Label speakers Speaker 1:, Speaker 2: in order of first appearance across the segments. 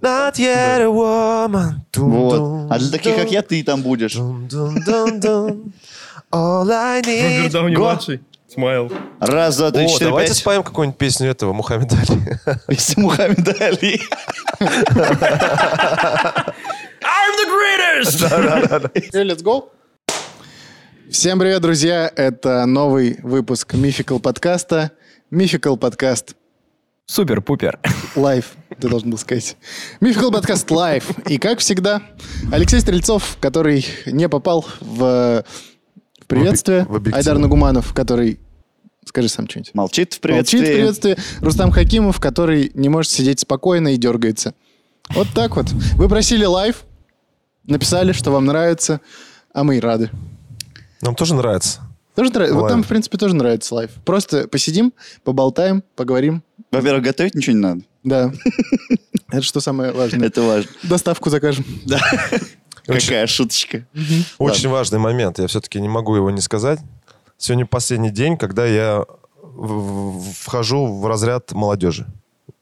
Speaker 1: Not yet a woman. Дун-дун.
Speaker 2: Вот. А для таких, как я, ты там будешь.
Speaker 1: Дун-дун-дун-дун. All I need.
Speaker 3: Роберт Дауни
Speaker 1: Го.
Speaker 3: младший. Смайл.
Speaker 2: Раз, два, три,
Speaker 1: О,
Speaker 2: четыре,
Speaker 1: давайте
Speaker 2: пять.
Speaker 1: споем какую-нибудь песню этого Мухаммеда Али.
Speaker 2: Если Мухаммед Али.
Speaker 3: I'm the greatest!
Speaker 4: Hey, let's go. Всем привет, друзья! Это новый выпуск Мификал подкаста. Мификал подкаст
Speaker 5: Супер-пупер.
Speaker 4: лайв, ты должен был сказать. Мификал подкаст лайв. И как всегда, Алексей Стрельцов, который не попал в, в приветствие.
Speaker 1: В объектив.
Speaker 4: Айдар Нагуманов, который... Скажи сам что-нибудь.
Speaker 2: Молчит в
Speaker 4: Молчит в
Speaker 2: приветствии.
Speaker 4: приветствии. Рустам Хакимов, который не может сидеть спокойно и дергается. Вот так вот. Вы просили лайв, написали, что вам нравится, а мы и рады.
Speaker 1: Нам тоже нравится.
Speaker 4: Тоже нравится. Вот
Speaker 1: Лайв.
Speaker 4: там, в принципе, тоже нравится лайв. Просто посидим, поболтаем, поговорим.
Speaker 2: Во-первых, готовить ничего не надо.
Speaker 4: Да. Это что самое важное.
Speaker 2: Это важно.
Speaker 4: Доставку закажем.
Speaker 2: Какая шуточка.
Speaker 1: Очень важный момент. Я все-таки не могу его не сказать. Сегодня последний день, когда я в- в- вхожу в разряд молодежи.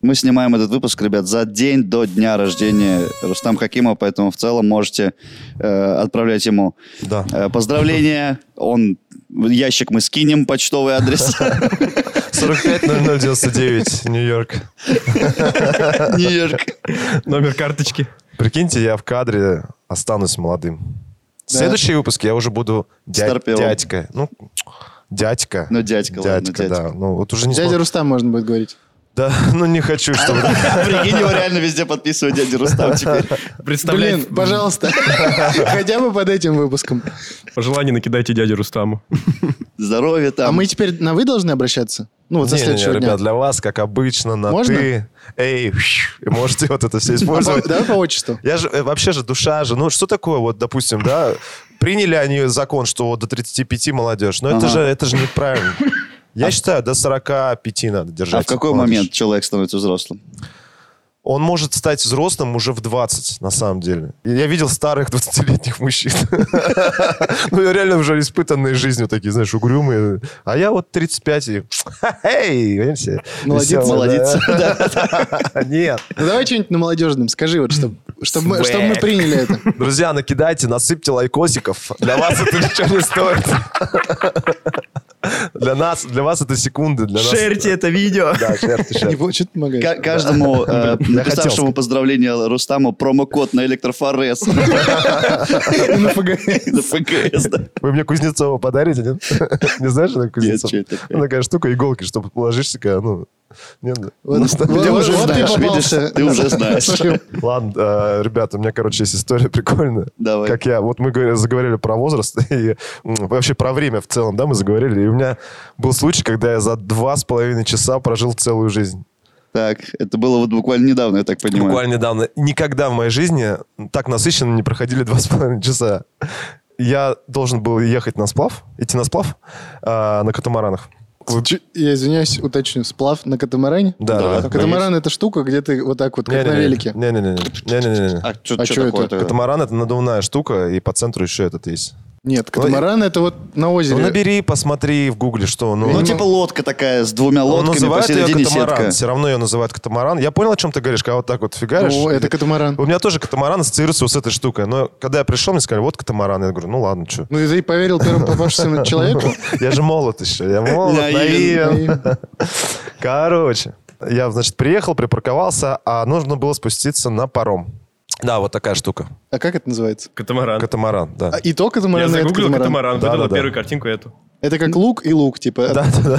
Speaker 2: Мы снимаем этот выпуск, ребят, за день до дня рождения Рустам Хакимова, поэтому в целом можете э, отправлять ему
Speaker 1: Да.
Speaker 2: э, поздравления. Он ящик мы скинем, почтовый адрес
Speaker 1: 450099, Нью-Йорк.
Speaker 2: Нью-Йорк.
Speaker 3: Номер карточки.
Speaker 1: Прикиньте, я в кадре останусь молодым. В Следующий выпуск я уже буду дя-
Speaker 2: Старпёром.
Speaker 1: дядька. Ну, дядька.
Speaker 2: Ну, дядька, ладно,
Speaker 1: Дядька, да.
Speaker 2: дядька.
Speaker 1: Ну, вот уже не
Speaker 4: Дядя
Speaker 1: смог-
Speaker 4: Рустам можно будет говорить.
Speaker 1: Да, ну не хочу, чтобы...
Speaker 2: А Прикинь, его реально везде подписывает дядя Рустам теперь.
Speaker 3: Представляй.
Speaker 4: Блин, пожалуйста. Хотя бы под этим выпуском.
Speaker 3: Пожелание накидайте дяде Рустаму.
Speaker 2: Здоровье там.
Speaker 4: А мы теперь на «вы» должны обращаться? Ну, вот со
Speaker 1: Не-не-не,
Speaker 4: следующего дня.
Speaker 1: ребят, для вас, как обычно, на
Speaker 4: Можно?
Speaker 1: ты. Эй, и можете вот это все
Speaker 4: А по-
Speaker 1: использовать.
Speaker 4: Давай по отчеству.
Speaker 1: Я же, э, вообще же, душа же, ну что такое, вот, допустим, да, приняли они закон, что вот до 35 молодежь, но это
Speaker 2: Ага.
Speaker 1: же, это же неправильно. Я считаю, до 45 надо держать.
Speaker 2: А в какой
Speaker 1: молодежь.
Speaker 2: момент человек становится взрослым?
Speaker 1: Он может стать взрослым уже в 20, на самом деле. И Я видел старых 20-летних мужчин. Ну, реально уже испытанные жизнью такие, знаешь, угрюмые. А я вот 35 и... Эй, видите?
Speaker 4: Молодец.
Speaker 1: Веселый, да.
Speaker 2: Молодец.
Speaker 1: Нет.
Speaker 4: Ну, давай что-нибудь на молодежном. Скажи, вот, чтобы мы чтоб мы приняли это.
Speaker 1: Друзья, накидайте, насыпьте лайкосиков. Для вас это ничего не стоит. Для нас, для вас это секунды. Для нас...
Speaker 3: Шерьте это видео.
Speaker 1: Да, шерьте,
Speaker 4: Не
Speaker 1: шерьте.
Speaker 4: получит помогать.
Speaker 2: Ка- Каждому э, написавшему
Speaker 1: сказать.
Speaker 2: поздравление Рустаму промокод на электрофорез.
Speaker 4: На ФГ.
Speaker 2: На ФГС, да.
Speaker 1: Вы мне Кузнецова подарите, нет? Не знаешь, что такое Кузнецов?
Speaker 2: что это такое?
Speaker 1: Ну, такая штука, иголки, чтобы положишь такая, ну... Нет, да.
Speaker 4: Вот,
Speaker 2: Ну,
Speaker 4: вот-
Speaker 2: ты
Speaker 4: вот-
Speaker 2: уже
Speaker 4: вот ты
Speaker 2: знаешь, видишь,
Speaker 4: попался.
Speaker 2: ты уже знаешь.
Speaker 4: Смотри,
Speaker 1: Ладно, э, ребята, у меня, короче, есть история прикольная.
Speaker 2: Давай.
Speaker 1: Как я, вот мы говорили- заговорили про возраст и м, вообще про время в целом, да, мы заговорили. И у меня был случай, когда я за два с половиной часа прожил целую жизнь.
Speaker 2: Так, это было вот буквально недавно, я так понимаю.
Speaker 1: Буквально недавно. Никогда в моей жизни так насыщенно не проходили два с половиной часа. Я должен был ехать на сплав, идти на сплав э, на катамаранах.
Speaker 4: Чё- Я извиняюсь, уточню. Сплав на катамаране? А
Speaker 1: Да,
Speaker 2: Да,
Speaker 1: да.
Speaker 2: так
Speaker 4: Катамаран это штука, где ты вот так вот, как на велике.
Speaker 1: Не-не-не. Не-не-не.
Speaker 2: А что
Speaker 4: А чё
Speaker 2: такое
Speaker 4: это?
Speaker 2: тогда?
Speaker 1: Катамаран это надувная штука, и по центру еще этот есть.
Speaker 4: Нет, катамаран это вот на
Speaker 1: Ну,
Speaker 4: озере.
Speaker 1: набери, посмотри в гугле, что... Ну,
Speaker 2: Ну,
Speaker 1: он-
Speaker 2: типа лодка такая с двумя
Speaker 1: он
Speaker 2: лодками,
Speaker 1: называет ее
Speaker 2: посередине
Speaker 1: катамаран.
Speaker 2: сетка.
Speaker 1: Все равно ее называют катамаран. Я понял, о чем ты говоришь, когда вот так вот фигаришь.
Speaker 4: О, это катамаран.
Speaker 1: У меня тоже катамаран ассоциируется вот с этой штукой. Но когда я пришел, мне сказали, вот катамаран. Я говорю, ну ладно, что.
Speaker 4: Ну и ты поверил первому попавшемуся человеку?
Speaker 1: Я же молод еще. Я молод,
Speaker 2: Наивен.
Speaker 1: наивен.
Speaker 4: И- а
Speaker 1: Короче, я, значит, приехал, припарковался, а нужно было спуститься на паром. Да, вот такая штука.
Speaker 4: А как это называется?
Speaker 3: Катамаран.
Speaker 1: Катамаран, да.
Speaker 4: А, И то
Speaker 3: Я
Speaker 4: катамаран, и это
Speaker 3: загуглил
Speaker 4: катамаран.
Speaker 3: катамаран,
Speaker 1: Да,
Speaker 3: выдала
Speaker 1: да, да.
Speaker 3: первую картинку эту.
Speaker 4: Это как лук и лук, типа.
Speaker 1: Да, да, да.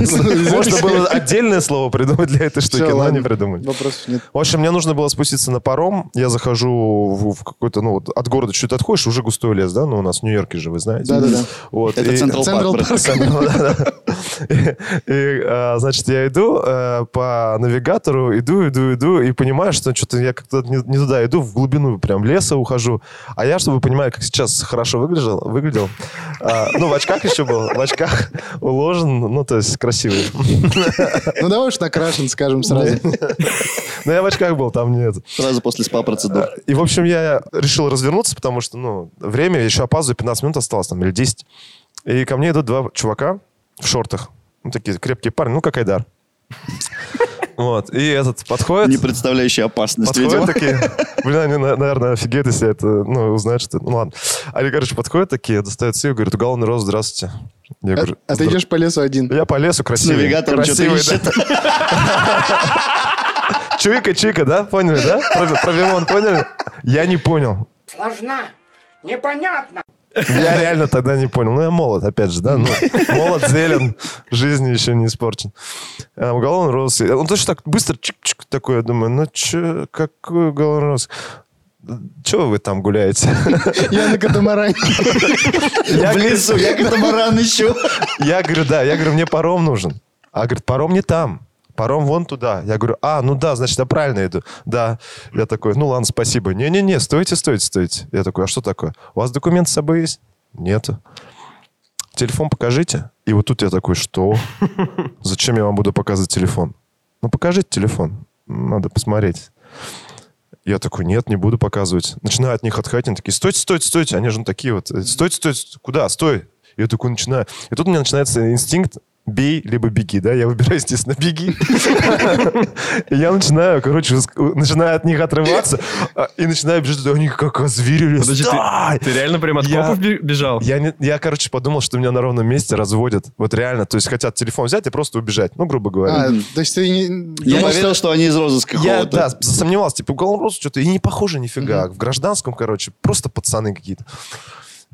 Speaker 1: Можно было отдельное слово придумать для этой штуки,
Speaker 4: Всё,
Speaker 1: но
Speaker 4: ладно, Ну.
Speaker 1: не придумали.
Speaker 4: Вопросов нет.
Speaker 1: В общем, мне нужно было спуститься на паром. Я захожу в, в какой-то, ну, вот от города чуть отходишь, уже густой лес, да? Ну, у нас в Нью-Йорке же, вы знаете.
Speaker 4: Да-да-да.
Speaker 1: Вот,
Speaker 2: Это
Speaker 1: и-
Speaker 2: Централ
Speaker 4: Централ
Speaker 2: Парк. брат.
Speaker 4: Парк.
Speaker 1: Да-да. И, и, а, значит, я иду э, по навигатору, иду, иду, иду, и понимаю, что что-то я как-то не, не туда иду, в глубину прям леса ухожу. А я, чтобы вы понимали, как сейчас хорошо выглядел, выглядел а, ну, в очках еще был, в очках уложен, ну, то есть красивый.
Speaker 4: Ну давай уж накрашен, скажем сразу.
Speaker 1: Но я в очках был, там нет.
Speaker 2: Сразу после СПА-процедур.
Speaker 1: И, в общем, я решил развернуться, потому что, ну, время, я еще опаздываю, 15 минут осталось, там, или 10. И ко мне идут два чувака в шортах. Ну, такие крепкие парни, ну, как Айдар. Вот. И этот подходит.
Speaker 2: Не представляющий опасность,
Speaker 1: Подходят
Speaker 2: видимо.
Speaker 1: такие, блин, они, на- наверное, офигеют, если это, ну, узнают, что... Ну, ладно. Они, короче, подходят такие, достают силу, говорят, уголовный рост, здравствуйте. Я
Speaker 4: А,
Speaker 1: говорю,
Speaker 4: а ты
Speaker 1: «Здра-
Speaker 4: идешь по лесу один.
Speaker 1: Я по лесу
Speaker 2: С
Speaker 1: красивый.
Speaker 2: навигатором что-то
Speaker 1: красивый, да.
Speaker 2: ищет.
Speaker 1: Чуйка-чуйка, да? Поняли, да? Про, про лимон поняли? Я не понял.
Speaker 5: сложна, непонятна.
Speaker 1: Я реально тогда не понял. Ну, я молод, опять же, да? Ну, молод, зелен, жизни еще не испорчен. А, уголовный розыск. Он точно так быстро чик-чик такой, я думаю, ну, че, какой уголовный розыск? Чего вы там гуляете?
Speaker 4: Я на катамаране.
Speaker 1: Я
Speaker 2: В лесу, я катамаран ищу.
Speaker 1: Я говорю, да, я говорю, мне паром нужен. А говорит, паром не там. Паром вон туда. Я говорю, а, ну да, значит, я правильно иду. Да. Я такой, ну ладно, спасибо. Не-не-не, стойте, стойте, стойте. Я такой, а что такое? У вас документ с собой есть? Нету. Телефон покажите. И вот тут я такой, что? Зачем я вам буду показывать телефон? Ну, покажите телефон. Надо посмотреть. Я такой, нет, не буду показывать. Начинаю от них отходить, они такие, стойте, стойте, стойте. Они же ну, такие вот, э, стойте, стойте, стойте. куда, стой. Я такой начинаю. И тут у меня начинается инстинкт бей, либо беги, да? Я выбираю, естественно, беги. И я начинаю, короче, уск- у- начинаю от них отрываться а, и начинаю бежать. Они как озверели.
Speaker 3: Подожди, ты-
Speaker 1: «Стой!»
Speaker 3: Ты реально прям от
Speaker 1: Я-
Speaker 3: копов бе- бежал?
Speaker 1: Я, не- я, короче, подумал, что меня на ровном месте разводят. Вот реально. То есть хотят телефон взять и просто убежать. Ну, грубо говоря.
Speaker 4: А, то есть ты не...
Speaker 2: Я
Speaker 4: думал,
Speaker 2: поверил, что они из розыска
Speaker 1: Я,
Speaker 2: какого-то.
Speaker 1: да, засомневался, типа, уголовный розыск что-то, и не похоже нифига. В гражданском, короче, просто пацаны какие-то.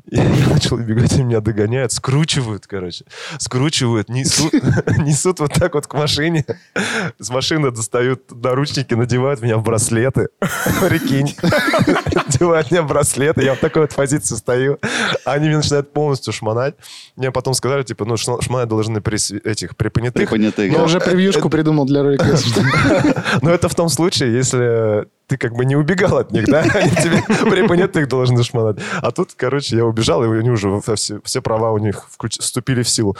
Speaker 1: И я начал бегать, и меня догоняют, скручивают, короче. Скручивают, несут, несут вот так вот к машине. С машины достают наручники, надевают меня в браслеты. Прикинь. Надевают меня в браслеты, я в такой вот позиции стою. Они меня начинают полностью шмонать. Мне потом сказали, типа, ну, шно- шмонать должны при св- этих, при понятых.
Speaker 2: Припонятых.
Speaker 4: Я
Speaker 2: да.
Speaker 4: уже превьюшку придумал для ролика. если что.
Speaker 1: Но это в том случае, если ты как бы не убегал от них, да? Они тебе припонятых должны шмонать. А тут, короче, я убежал, и они уже во- все, все права у них вкруч- вступили в силу.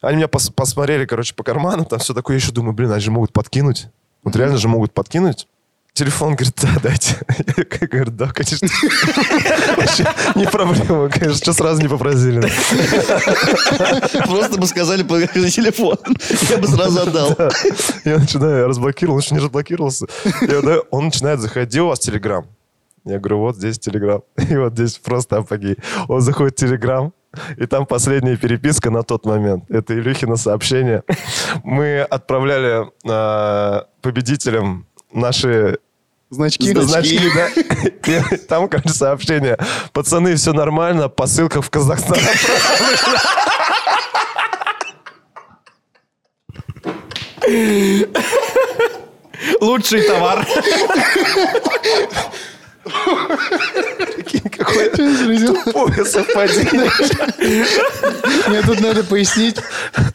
Speaker 1: Они меня пос- посмотрели, короче, по карману, там все такое. Я еще думаю, блин, они же могут подкинуть. Вот реально же могут подкинуть. Телефон говорит, да, дайте. Я говорю, да, конечно. Вообще не проблема, конечно, что сразу не попросили.
Speaker 2: Просто бы сказали, покажи телефон. Я бы сразу отдал.
Speaker 1: Я начинаю, я разблокировал, он еще не разблокировался. Я даю- он начинает, заходи, у вас Телеграм. Я говорю, вот здесь Телеграм. И вот здесь просто апогей. Он заходит в Телеграм, и там последняя переписка на тот момент. Это Илюхина сообщение. Мы отправляли э, победителям наши
Speaker 4: Значки.
Speaker 1: значки, да? И там, короче, сообщение. Пацаны, все нормально, посылка в Казахстан.
Speaker 3: Лучший товар.
Speaker 1: Какое
Speaker 4: Чё я заразил?
Speaker 1: тупое совпадение.
Speaker 4: Мне тут надо пояснить.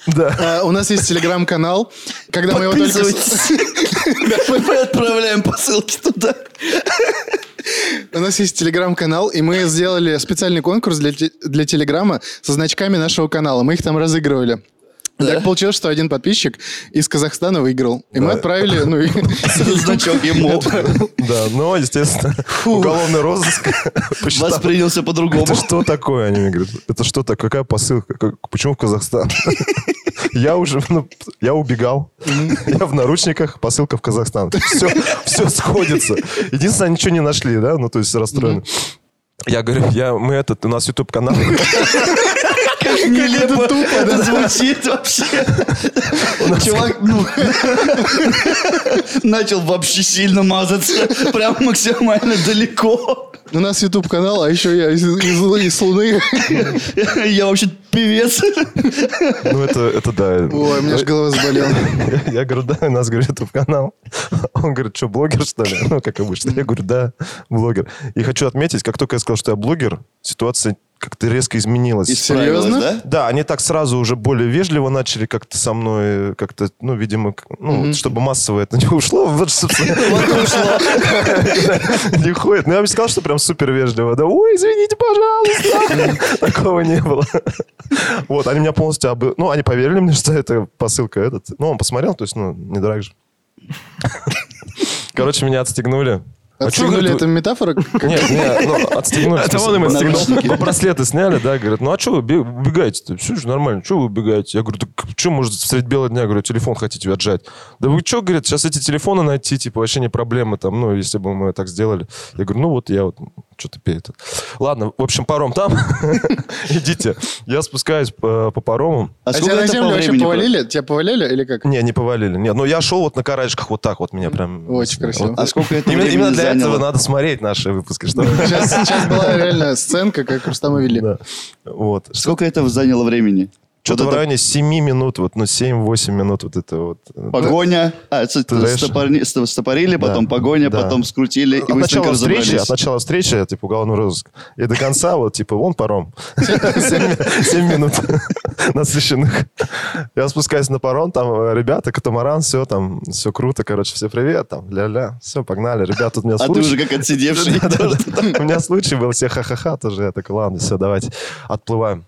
Speaker 1: Да.
Speaker 4: А, У нас есть телеграм-канал. Когда мы его только... с-
Speaker 2: Подписывайтесь. Мы отправляем посылки туда.
Speaker 4: У нас есть телеграм-канал, и мы сделали специальный конкурс для, те- для телеграма со значками нашего канала. Мы их там разыгрывали. И Так получилось, что один подписчик из Казахстана выиграл. И мы отправили, ну, и-
Speaker 2: Значок ему
Speaker 1: Да, но, естественно, уголовный розыск посчитал,
Speaker 2: воспринялся по-другому.
Speaker 1: Это что такое, они мне говорят? Это что такое? Какая посылка? Как- Почему в Казахстан? Я уже, ну, я убегал. Я в наручниках, посылка в Казахстан. Все, все сходится. Единственное, ничего не нашли, да? Ну, то есть расстроены. Я говорю, я, мы этот, у нас YouTube-канал.
Speaker 2: Как нелепо это звучит вообще. Чувак, ну, начал вообще сильно мазаться. Прям максимально далеко.
Speaker 4: у нас YouTube-канал, а еще я из, из- из Луны.
Speaker 2: Я вообще певец.
Speaker 1: Ну, это, это да.
Speaker 4: Ой, у меня же голова заболела.
Speaker 1: Я говорю, да, у нас, говорит, YouTube-канал. Он говорит, что, блогер, что ли? Ну, как обычно. Я говорю, да, блогер. И хочу отметить, как только я сказал, что я блогер, ситуация как-то резко изменилась.
Speaker 4: И всё. Серьезно?
Speaker 2: Справилась, да?
Speaker 1: Да, они так сразу уже более вежливо начали как-то со мной, как-то, ну, видимо, к- ну, вот чтобы массово это не ушло, вот, собственно, не ходит. Ну, я бы не сказал, что прям супер вежливо. Да, ой, извините, пожалуйста. Такого не было. Вот, они меня полностью обы... Ну, они поверили мне, что это посылка этот. Ну, он посмотрел, то есть, ну, не драк же. Короче, меня отстегнули.
Speaker 4: А Отстегнули
Speaker 1: говорит,
Speaker 4: это
Speaker 2: А
Speaker 4: метафора? Как-
Speaker 1: Нет, нет, ну, отстегнули.
Speaker 3: Это
Speaker 1: в смысле,
Speaker 3: он им отстегнул.
Speaker 1: наручники. Браслеты сняли, да, говорят, ну а что вы бе- убегаете-то? Все же нормально, что вы убегаете? Я говорю, так что, может, средь бела дня, говорю, телефон хотите отжать? Да вы что, говорят, сейчас эти телефоны найти, типа, вообще не проблема, там, ну, если бы мы так сделали. Я говорю, ну вот я вот, что-то пей это. Ладно, в общем, паром там, идите. Я спускаюсь по по парому.
Speaker 2: А
Speaker 4: А тебя
Speaker 2: сколько
Speaker 4: на
Speaker 2: это
Speaker 4: землю
Speaker 2: по
Speaker 4: вообще
Speaker 2: времени было?
Speaker 4: повалили? Тебя повалили или как?
Speaker 1: Не, не повалили. Нет, но я шел вот на карачках вот так вот меня прям...
Speaker 4: Очень красиво.
Speaker 1: Вот.
Speaker 2: А сколько это
Speaker 1: Именно,
Speaker 2: времени
Speaker 1: именно для
Speaker 2: заняло?
Speaker 1: этого надо смотреть наши выпуски, чтобы...
Speaker 4: Сейчас, сейчас была реально сценка, как Рустама вели.
Speaker 1: Да. Вот.
Speaker 2: Сколько это заняло времени?
Speaker 1: Что-то
Speaker 2: Вот
Speaker 1: в
Speaker 2: это
Speaker 1: районе 7 минут, вот, ну, 7-8 минут вот это вот. э,
Speaker 2: Погоня, а, это
Speaker 1: знаешь-
Speaker 2: стопорни- ст- стопорили,
Speaker 1: Да.
Speaker 2: потом погоня,
Speaker 1: Да.
Speaker 2: потом скрутили, и
Speaker 1: От
Speaker 2: быстренько
Speaker 1: начала, встречи,
Speaker 2: разобрались.
Speaker 1: от начала встречи, типа, уголовный розыск. И до конца, вот, типа, вон паром. 7 минут насыщенных. Я спускаюсь на паром, там э, ребята, катамаран, все там, все круто, короче, все привет, там, ля-ля, все, погнали. Ребята, тут у меня
Speaker 2: А ты уже
Speaker 1: случай.
Speaker 2: как отсидевший.
Speaker 1: У меня случай был, все ха-ха-ха тоже. Я такой, ладно, все, давайте, отплываем.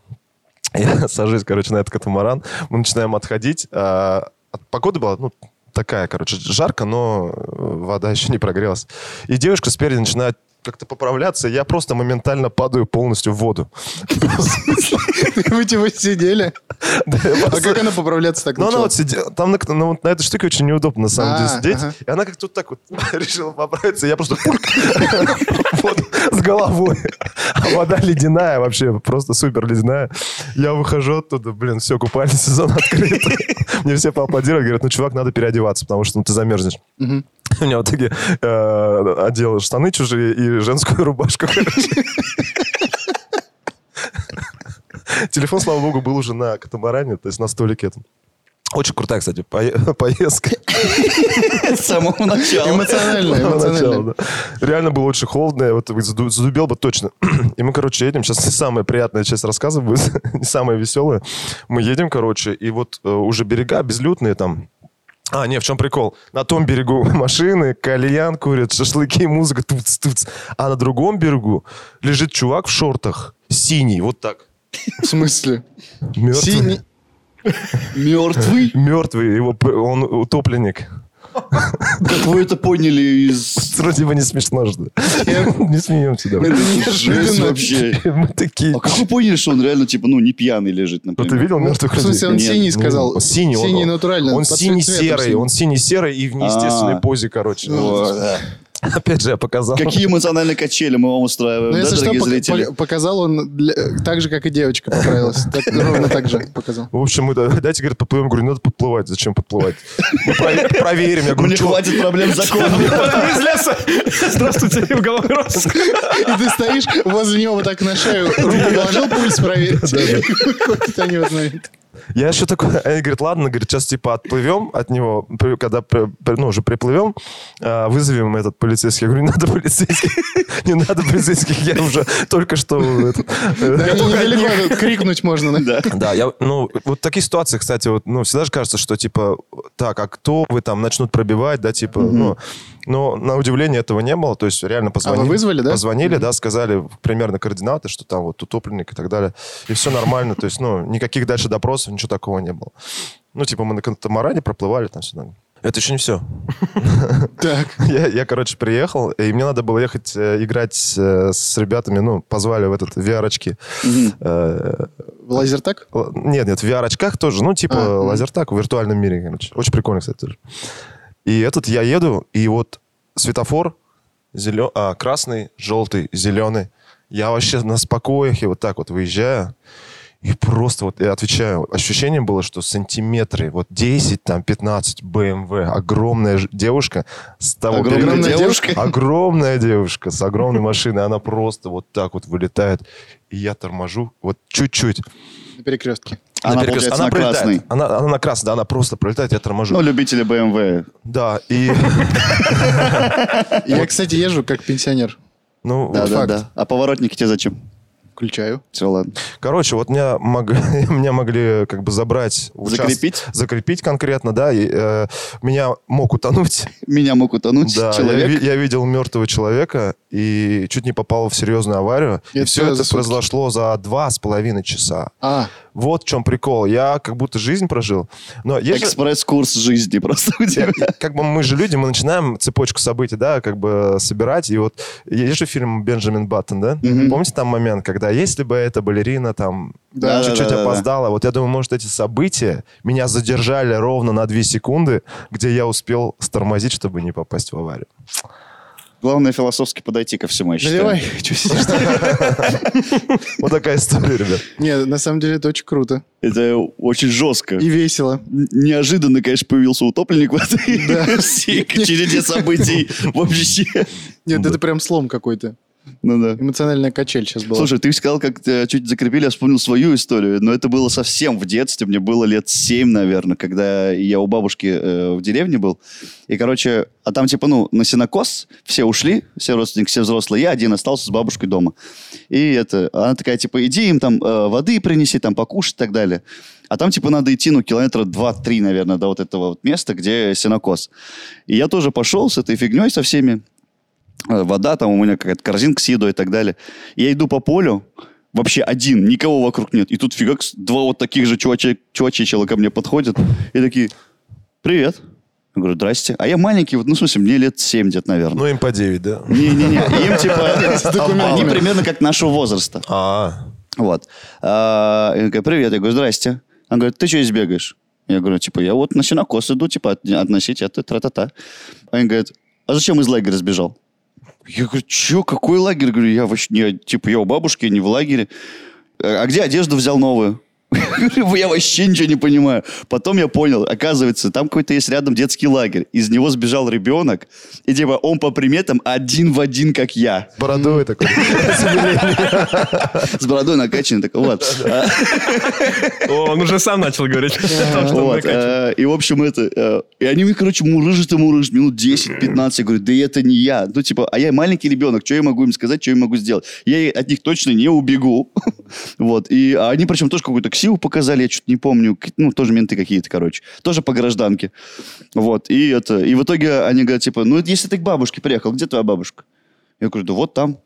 Speaker 1: Я сажусь, короче, на этот катамаран. Мы начинаем отходить. а, от- Погода была, ну, такая, короче, жарко, но э, вода еще не прогрелась. И девушка спереди начинает как-то поправляться, и я просто моментально падаю полностью в воду.
Speaker 4: Вы типа сидели.
Speaker 1: Да, я
Speaker 4: А
Speaker 1: просто-
Speaker 4: как она поправляться так
Speaker 1: Ну, она
Speaker 4: начала?
Speaker 1: вот сидела, там на, на вот на этой штуке очень неудобно, на самом деле,
Speaker 4: А,
Speaker 1: сидеть.
Speaker 4: ага.
Speaker 1: И она как тут так вот решила поправиться, и я просто пульк Вот, с головой. А вода ледяная вообще, просто супер ледяная. Я выхожу оттуда, блин, все, купальный сезон открыт. Мне все поаплодировали, говорят, ну, чувак, надо переодеваться, потому что ну, ты замерзнешь. У меня в итоге э, одел штаны чужие и женскую рубашку. короче. Телефон, слава богу, был уже на катамаране, то есть на столике этом. Очень крутая, кстати, пое- поездка.
Speaker 2: С самого начала.
Speaker 4: Эмоционально,
Speaker 1: Поначалу,
Speaker 4: эмоционально.
Speaker 1: да. Реально было очень холодно, я вот заду- задубел бы точно. И мы, короче, едем, сейчас не самая приятная часть рассказа будет, не самая веселая. Мы едем, короче, и вот э, уже берега безлюдные там, а, не, в чем прикол? На том берегу машины, кальян курят, шашлыки, музыка, туц-туц. А на другом берегу лежит чувак в шортах, синий, вот так.
Speaker 4: В смысле?
Speaker 1: Мертвый.
Speaker 4: Синий.
Speaker 2: Мертвый?
Speaker 1: Мертвый, его, п- он утопленник.
Speaker 2: Как вы это поняли из...
Speaker 1: Вроде бы не смешно же. Не смеемся,
Speaker 4: Это
Speaker 1: давай.
Speaker 2: Жесть
Speaker 4: неожиданно.
Speaker 2: вообще.
Speaker 1: Мы такие...
Speaker 2: А как вы поняли, что он реально, типа, ну, не пьяный лежит,
Speaker 1: Ну, ты
Speaker 2: например?
Speaker 1: видел мертвых
Speaker 4: В
Speaker 1: людей?
Speaker 4: смысле, он
Speaker 2: Нет,
Speaker 4: синий сказал.
Speaker 1: ну, Он Синий, он-
Speaker 4: Синий натурально.
Speaker 1: Он
Speaker 4: по
Speaker 1: синий-серый,
Speaker 4: цвету синий. Ну,
Speaker 1: он синий-серый и в неестественной
Speaker 2: А.
Speaker 1: позе, короче.
Speaker 2: Вот, да.
Speaker 1: Опять же, я показал.
Speaker 2: Какие эмоциональные качели мы вам устраиваем,
Speaker 4: Ну,
Speaker 2: да,
Speaker 4: если что,
Speaker 2: дорогие
Speaker 4: пока-
Speaker 2: зрители?
Speaker 4: по- показал он для- так же, как и девочка поправилась. Так, Ровно так же показал.
Speaker 1: В общем, мы, да- дайте, говорят, поплывем. Говорю, не надо подплывать. Зачем подплывать? Мы прове- проверим. Я говорю,
Speaker 2: Мне
Speaker 1: чувак,
Speaker 2: хватит проблем с законом.
Speaker 3: Потом из леса. Здравствуйте, в голову розыск.
Speaker 4: И ты стоишь возле него вот так на шею, руку положил, пульс проверить. Ходит они вот на-
Speaker 1: я еще такой... Они говорят, ладно, говорит, сейчас типа отплывем от него, при- когда при- при- ну, уже приплывем, а, вызовем этот полицейский. Я говорю, не надо полицейских. Не надо полицейских. Я уже только что... этот,
Speaker 4: Да
Speaker 1: э,
Speaker 4: они недалеко тут крикнуть можно.
Speaker 2: Да.
Speaker 1: Да, я, ну, вот такие ситуации, кстати, вот, ну, всегда же кажется, что, типа, так, а кто вы там начнут пробивать, да, типа, ну, но на удивление этого не было, то есть реально позвонили.
Speaker 4: А вы вызвали, да?
Speaker 1: Позвонили, да, сказали примерно координаты, что там вот утопленник и так далее, и все нормально, то есть, ну, никаких дальше допросов, ничего такого не было. Ну, типа, мы на катамаране проплывали там все. Это еще не все.
Speaker 4: Так.
Speaker 1: Я, я, короче, приехал, и мне надо было ехать э, играть э, с ребятами, ну, позвали в этот VR-очки. Э,
Speaker 4: В лазертак?
Speaker 1: Л- Нет, нет, в VR-очках тоже. Ну, типа
Speaker 4: А, мгм.
Speaker 1: лазертак в виртуальном мире, короче. Очень прикольно, кстати, тоже. И этот я еду, и вот светофор зелё- а, красный, желтый, зеленый. Я вообще на спокоях и вот так вот выезжаю. И просто вот, я отвечаю, ощущение было, что сантиметры, вот 10, там, 15 BMW, огромная ж- девушка с того
Speaker 2: Огромная
Speaker 1: берега-
Speaker 4: девушка?
Speaker 1: Огромная девушка с огромной машиной, она просто вот так вот вылетает. И я торможу вот чуть-чуть.
Speaker 4: На перекрестке.
Speaker 2: Она,
Speaker 1: перекрестке.
Speaker 2: получается, на
Speaker 1: пролетает.
Speaker 2: красный.
Speaker 1: Она, она на красный, да, она просто пролетает, я торможу.
Speaker 2: Ну, любители BMW.
Speaker 1: да, и...
Speaker 4: Я, кстати, езжу как пенсионер.
Speaker 1: Ну,
Speaker 2: Да, да,
Speaker 4: факт.
Speaker 2: да. А поворотники тебе зачем?
Speaker 4: Включаю.
Speaker 2: Все, ладно.
Speaker 1: короче, вот меня, мог- меня могли как бы забрать... участ-
Speaker 2: Закрепить?
Speaker 1: Закрепить конкретно, да, и э, меня мог утонуть.
Speaker 2: Меня мог утонуть
Speaker 1: Да, я,
Speaker 2: человек.
Speaker 1: ви- я видел мертвого человека и чуть не попал в серьезную аварию.
Speaker 4: И
Speaker 1: И,
Speaker 4: это
Speaker 1: все это
Speaker 4: за сутки?
Speaker 1: произошло за два с половиной часа.
Speaker 4: А,
Speaker 1: Вот в чем прикол. Я как будто жизнь прожил. Но есть же-
Speaker 2: Экспресс-курс жизни просто у тебя.
Speaker 1: я- как бы мы же люди, мы начинаем цепочку событий, да, как бы э, собирать. И вот есть же фильм Бенджамин Баттон, да?
Speaker 2: Мгм.
Speaker 1: Помните там момент, когда если бы эта балерина там
Speaker 2: Да,
Speaker 1: чуть-чуть
Speaker 2: да, да, да.
Speaker 1: опоздала, вот я думаю, может, эти события меня задержали ровно на 2 секунды, где я успел стормозить, чтобы не попасть в аварию.
Speaker 2: Главное философски подойти ко всему, я считаю.
Speaker 4: Наливай. Чё сидишь?
Speaker 1: Вот такая история, ребят.
Speaker 4: Не, на самом деле это очень круто.
Speaker 2: Это очень жестко.
Speaker 4: И весело.
Speaker 2: Н- Неожиданно, конечно, появился утопленник в этой
Speaker 4: Да.
Speaker 2: всей череде событий вообще.
Speaker 4: Нет, это прям слом какой-то.
Speaker 2: Ну да.
Speaker 4: Эмоциональная качель сейчас была.
Speaker 2: Слушай, ты сказал, как э, чуть закрепили, я вспомнил свою историю, но это было совсем в детстве, мне было лет 7, наверное, когда я у бабушки э, в деревне был, и, короче, а там типа, ну, на сенокос все ушли, все родственники, все взрослые, я один остался с бабушкой дома. И это, она такая, типа, иди им там э, воды принеси, там покушать и так далее. А там, типа, надо идти, ну, километра 2-3, наверное, до вот этого вот места, где сенокос. И я тоже пошел с этой фигней со всеми, э, вода, там у меня какая-то корзинка с едой и так далее. Я иду по полю, вообще один, никого вокруг нет. И тут фигакс, два вот таких же чувачи- чувачищела ко мне подходят и такие, привет. Я говорю, здрасте. А я маленький, вот, ну, в смысле, мне лет 7 где-то, наверное.
Speaker 1: Ну, им по 9, да?
Speaker 2: Не-не-не, им типа,
Speaker 4: документами.
Speaker 2: они примерно как нашего возраста.
Speaker 1: А,
Speaker 2: Вот. А, Я говорю, привет. Я говорю, здрасте. Он говорит, ты что здесь бегаешь? Я говорю, типа, я вот на сенокос иду, типа, от- относить это, тра-та-та. Они говорят, а зачем из лагеря сбежал? Я говорю, что, какой лагерь? Говорю, я вообще, не, типа, я у бабушки, не в лагере. А где одежду взял новую? Я говорю, Я вообще ничего не понимаю. Потом я понял, оказывается, там какой-то есть рядом детский лагерь. Из него сбежал ребенок, и типа он по приметам один в один, как я.
Speaker 1: бородой такой.
Speaker 2: С бородой накачанный такой. Вот.
Speaker 3: Он уже сам начал говорить. о том, что он
Speaker 2: Вот,
Speaker 3: накачан.
Speaker 2: э, и, в общем, это... э, И они мне, короче, мурыжат и мурыжат минут 10-15. Я говорю, да это не я. Ну, типа, а я маленький ребенок, что я могу им сказать, что я могу сделать? Я от них точно не убегу. Вот, и а они, причем, тоже какую-то ксиву показали, я что-то не помню. К- Ну, тоже менты какие-то, короче. Тоже по гражданке. Вот, и это... И в итоге они говорят, типа, ну, если ты к бабушке приехал, где твоя бабушка? Я говорю, да вот там.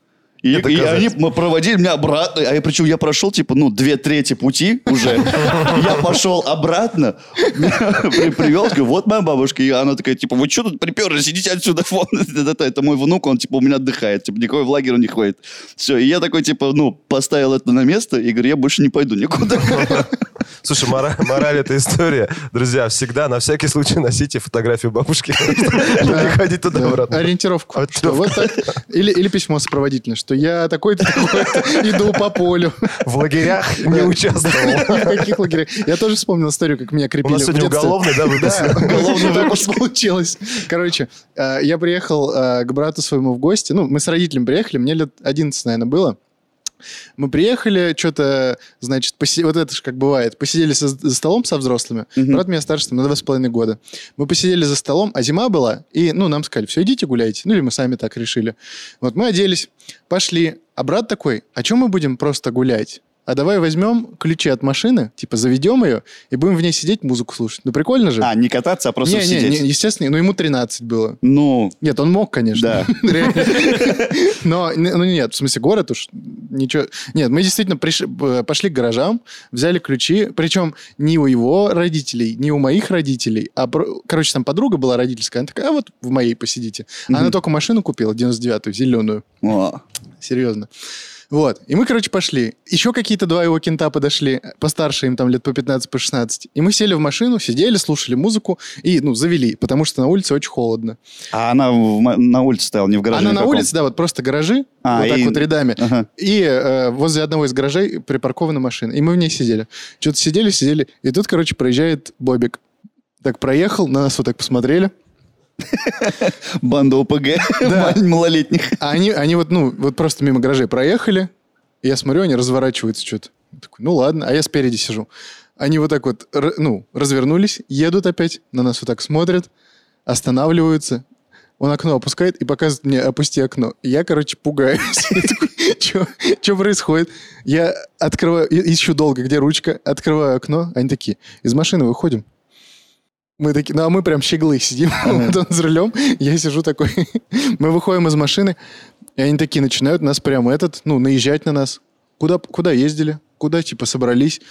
Speaker 2: И,
Speaker 1: Это
Speaker 2: и
Speaker 1: казалось.
Speaker 2: они м- проводили меня обратно. А я, причем я прошел, типа, ну, две трети пути уже. Я пошел обратно, при- привел, говорю, вот моя бабушка. И она такая, типа, вы что тут приперлись? Идите отсюда вон. Это это мой внук, он, типа, у меня отдыхает. Типа, никакой в лагерь он не ходит. Все, и я такой, типа, ну, поставил это на место и говорю, я больше не пойду никуда.
Speaker 1: Слушай, мора- мораль этой истории, друзья, всегда на всякий случай носите фотографию бабушки, чтобы не ходить
Speaker 4: Да,
Speaker 1: туда-обратно.
Speaker 4: Ориентировку.
Speaker 1: Ориентировка.
Speaker 4: Что, вот так. Или, или письмо сопроводительное, что я такой-то, такой-то, иду по полю.
Speaker 2: А
Speaker 1: В лагерях не участвовал.
Speaker 4: Никаких лагерей. Я тоже вспомнил историю, как меня
Speaker 1: У
Speaker 4: крепили
Speaker 1: нас
Speaker 4: в
Speaker 1: сегодня
Speaker 4: детстве.
Speaker 1: уголовный, да, выпуск?
Speaker 4: Уголовный выпуск получилось. Короче, э, я приехал э, к брату своему в гости. Ну, мы с родителями приехали, мне лет 11, наверное, было. Мы приехали, что-то, значит, поси- вот это же как бывает, посидели со- за столом со взрослыми.
Speaker 2: Мгм.
Speaker 4: Брат меня старше там, на два с половиной года. Мы посидели за столом, а зима была, и, ну, нам сказали, все, идите гуляйте. Ну, или мы сами так решили. Вот мы оделись, пошли, а брат такой, а чем мы будем просто гулять? А давай возьмем ключи от машины, типа заведем ее, и будем в ней сидеть, музыку слушать. Ну, прикольно же.
Speaker 2: А, не кататься, а просто
Speaker 4: Не, не, не,
Speaker 2: сидеть.
Speaker 4: естественно, но ему 13 было.
Speaker 2: Ну,
Speaker 4: Нет, он мог, конечно.
Speaker 2: да.
Speaker 4: Реально. Но н- ну, нет, в смысле, город уж ничего. Нет, мы действительно приш- э, пошли к гаражам, взяли ключи. Причем не у его родителей, не у моих родителей, а про- короче, там подруга была родительская, она такая, а вот в моей посидите. А Она
Speaker 2: Мгм.
Speaker 4: только машину купила, 99-ю, зеленую.
Speaker 2: О,
Speaker 4: Серьезно. Вот. И мы, короче, пошли. Еще какие-то два его кента подошли, э, постарше им там лет по 15, по 16. И мы сели в машину, сидели, слушали музыку и, ну, завели, потому что на улице очень холодно.
Speaker 2: А она в ма- на улице стояла, не в гараже
Speaker 4: Она на
Speaker 2: никаком.
Speaker 4: улице, да, вот просто гаражи,
Speaker 2: А,
Speaker 4: вот так
Speaker 2: и-
Speaker 4: вот рядами.
Speaker 2: Ага.
Speaker 4: И э, возле одного из гаражей припаркована машина. И мы в ней сидели. Что-то сидели, сидели. И тут, короче, проезжает Бобик. Так проехал, на нас вот так посмотрели.
Speaker 2: Банда ОПГ,
Speaker 4: Да.
Speaker 2: мал- малолетних.
Speaker 4: А они, они вот, ну, вот просто мимо гаражей проехали. И Я смотрю, они разворачиваются что-то. Я Такой, ну ладно, а я спереди сижу. Они вот так вот, р- ну, развернулись, едут опять, на нас вот так смотрят, останавливаются. Он окно опускает и показывает мне, опусти окно. И Я, короче, пугаюсь. Я такой, что происходит? Я открываю, и- ищу долго, где ручка, открываю окно. Они такие, из машины выходим. Мы такие, ну а мы прям щеглы сидим, вот он за рулем, я сижу такой. Мы выходим из машины, и они такие начинают нас прям этот, ну, наезжать на нас. Куда, куда ездили? Куда, типа, собрались?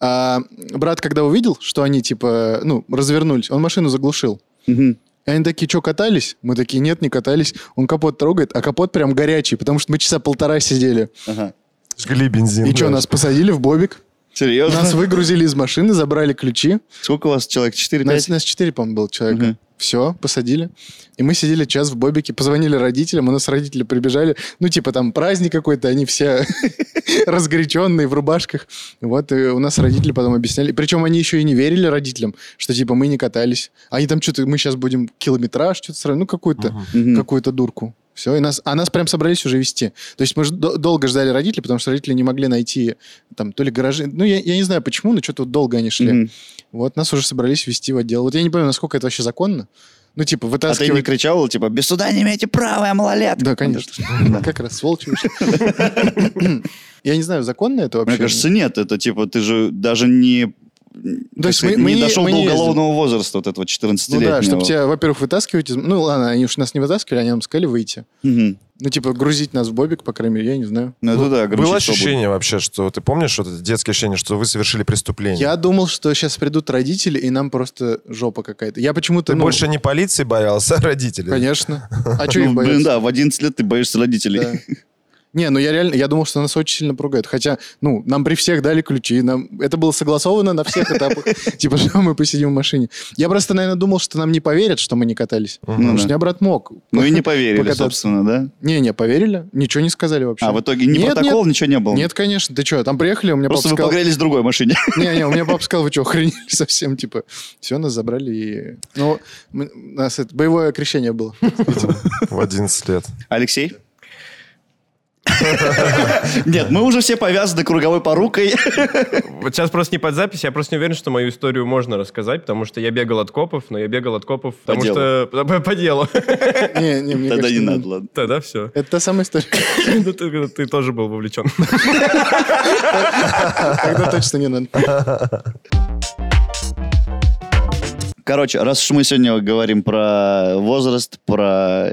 Speaker 4: А брат, когда увидел, что они, типа, ну, развернулись, он машину заглушил.
Speaker 2: Мгм.
Speaker 4: И они такие, что, катались? Мы такие, нет, не катались. Он капот трогает, а капот прям горячий, потому что мы часа полтора сидели.
Speaker 2: Ага.
Speaker 1: Жгли бензин.
Speaker 4: И что,
Speaker 1: да.
Speaker 4: нас посадили в бобик,
Speaker 2: Серьезно?
Speaker 4: нас выгрузили из машины, забрали ключи.
Speaker 2: Сколько у вас человек? Четыре,
Speaker 4: Нас,
Speaker 2: пять?
Speaker 4: нас четыре, по-моему, было человека.
Speaker 2: Мгм.
Speaker 4: Все, посадили. И мы сидели час в бобике, позвонили родителям, у нас родители прибежали. Ну, типа там праздник какой-то, они все разгоряченные в рубашках. Вот, и у нас родители потом объясняли. Причем они еще и не верили родителям, что типа мы не катались. Они там что-то, мы сейчас будем километраж, что-то сравнивать, ну, какую-то
Speaker 2: Мгм.
Speaker 4: какую-то дурку. Все, и нас, а нас прям собрались уже вести. То есть мы ж до- долго ждали родителей, потому что родители не могли найти там то ли гаражи. Ну, я, я не знаю почему, но что-то вот долго они шли.
Speaker 2: Мгм. А
Speaker 4: Вот нас уже собрались вести в отдел. Вот я не понимаю, насколько это вообще законно. Ну,
Speaker 2: А ты
Speaker 4: типа,
Speaker 2: не
Speaker 4: вытаскивать...
Speaker 2: кричал, типа, без суда не имеете права, я малолетка?
Speaker 4: Да, конечно. Как раз сволочи вышли. Я не знаю, законно это вообще? Ну
Speaker 2: Мне кажется, нет. Это типа, ты же даже не...
Speaker 4: То есть
Speaker 2: как сказать,
Speaker 4: мы-
Speaker 2: не
Speaker 4: мы не-
Speaker 2: дошел
Speaker 4: мы
Speaker 2: до
Speaker 4: не ездим.
Speaker 2: уголовного возраста вот этого 14
Speaker 4: Ну
Speaker 2: летнего
Speaker 4: да, чтобы тебя, во-первых, вытаскивать из... Ну ладно, они уж нас не вытаскивали, они нам сказали выйти. Ну, типа, грузить нас в бобик, по крайней мере, я не знаю.
Speaker 2: Ну, это да, громче
Speaker 1: Было
Speaker 2: свободы.
Speaker 1: ощущение вообще, что ты помнишь вот это детское ощущение, что вы совершили преступление?
Speaker 4: Я думал, что сейчас придут родители, и нам просто жопа какая-то. Я почему-то...
Speaker 1: Ты
Speaker 4: ну,
Speaker 1: больше не полиции боялся, а родителей.
Speaker 4: Конечно. А что
Speaker 2: Ну, блин,
Speaker 4: им бояться?
Speaker 2: да, в 11 лет ты боишься родителей.
Speaker 4: Да. Не, ну я реально, я думал, что нас очень сильно пугают. Хотя, ну, нам при всех дали ключи, нам это было согласовано на всех этапах. Типа, что мы посидим в машине. Я просто, наверное, думал, что нам не поверят, что мы не катались. Потому
Speaker 2: Ну
Speaker 4: что
Speaker 2: да.
Speaker 4: я, брат, мог.
Speaker 2: Ну и не поверили,
Speaker 4: Покататься.
Speaker 2: собственно, да?
Speaker 4: Не-не, поверили, ничего не сказали вообще.
Speaker 2: А в итоге ни
Speaker 4: Нет,
Speaker 2: протокол, ничего не было?
Speaker 4: Нет, конечно, ты что, там приехали, у меня
Speaker 2: Просто вы
Speaker 4: папа сказал...
Speaker 2: погрелись в другой машине.
Speaker 4: Не-не, у меня папа сказал, вы что, охренели совсем, типа. Все, нас забрали и... Ну, м- у нас это, боевое крещение было.
Speaker 1: В 11 лет.
Speaker 2: Алексей? Нет, мы уже все повязаны круговой порукой.
Speaker 3: Вот сейчас просто не под запись, я просто не уверен, что мою историю можно рассказать, потому что я бегал от копов, но я бегал от копов, потому
Speaker 2: делу.
Speaker 3: что... По, по- по делу.
Speaker 4: Не-не, мне
Speaker 2: Тогда не
Speaker 4: кажется,
Speaker 2: надо, ладно.
Speaker 3: Тогда все.
Speaker 4: Это та самая история,
Speaker 3: Ну, ты, ты тоже был вовлечен.
Speaker 4: когда точно не надо.
Speaker 2: Короче, раз уж мы сегодня говорим про возраст, про...